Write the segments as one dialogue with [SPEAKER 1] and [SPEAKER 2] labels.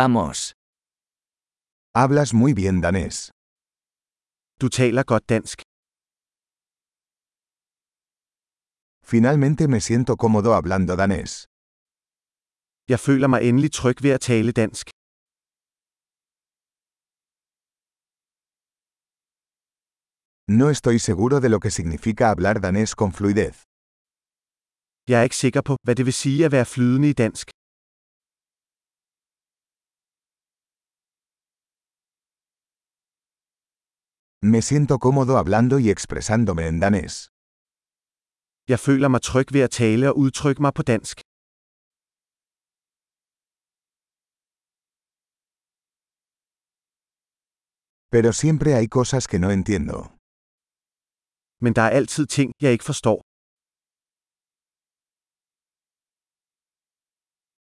[SPEAKER 1] Vamos.
[SPEAKER 2] Hablas muy bien danés.
[SPEAKER 3] Du taler godt dansk.
[SPEAKER 2] Finalmente me siento cómodo hablando danés.
[SPEAKER 3] Jeg føler mig endelig tryg ved at tale dansk.
[SPEAKER 2] No estoy seguro de lo que significa hablar danés con fluidez.
[SPEAKER 3] Jeg er ikke sikker på, hvad det vil sige at være flydende i dansk.
[SPEAKER 2] Me siento cómodo hablando y expresándome en danés.
[SPEAKER 3] Jeg føler mig tryg ved at tale og udtrykke mig på dansk.
[SPEAKER 2] Pero siempre hay cosas que no entiendo.
[SPEAKER 3] Men der er altid ting, jeg ikke forstår.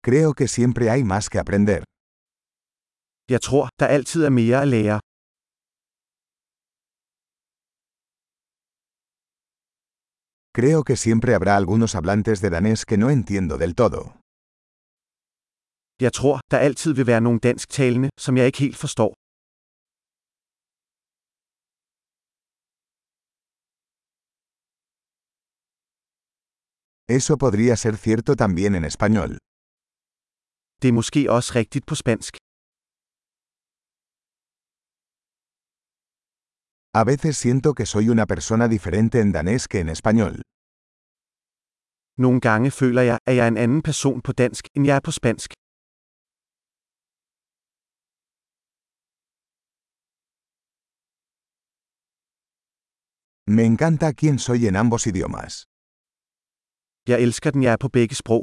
[SPEAKER 2] Creo que siempre hay más que aprender.
[SPEAKER 3] Jeg tror, der altid er mere at lære.
[SPEAKER 2] Creo que siempre habrá algunos hablantes de danés que no entiendo del todo.
[SPEAKER 3] Jeg tror, der altid vil være nogle dansktalende, som jeg ikke helt forstår.
[SPEAKER 2] Eso podría ser cierto también en español.
[SPEAKER 3] Det er måske også rigtigt på spansk.
[SPEAKER 2] A veces siento que soy una persona diferente en danés que en español.
[SPEAKER 3] Nogle gange føler jeg, at jeg er en anden person på dansk, end jeg er på spansk.
[SPEAKER 2] Me encanta quién soy en ambos idiomas.
[SPEAKER 3] Jeg elsker den, jeg er på begge sprog.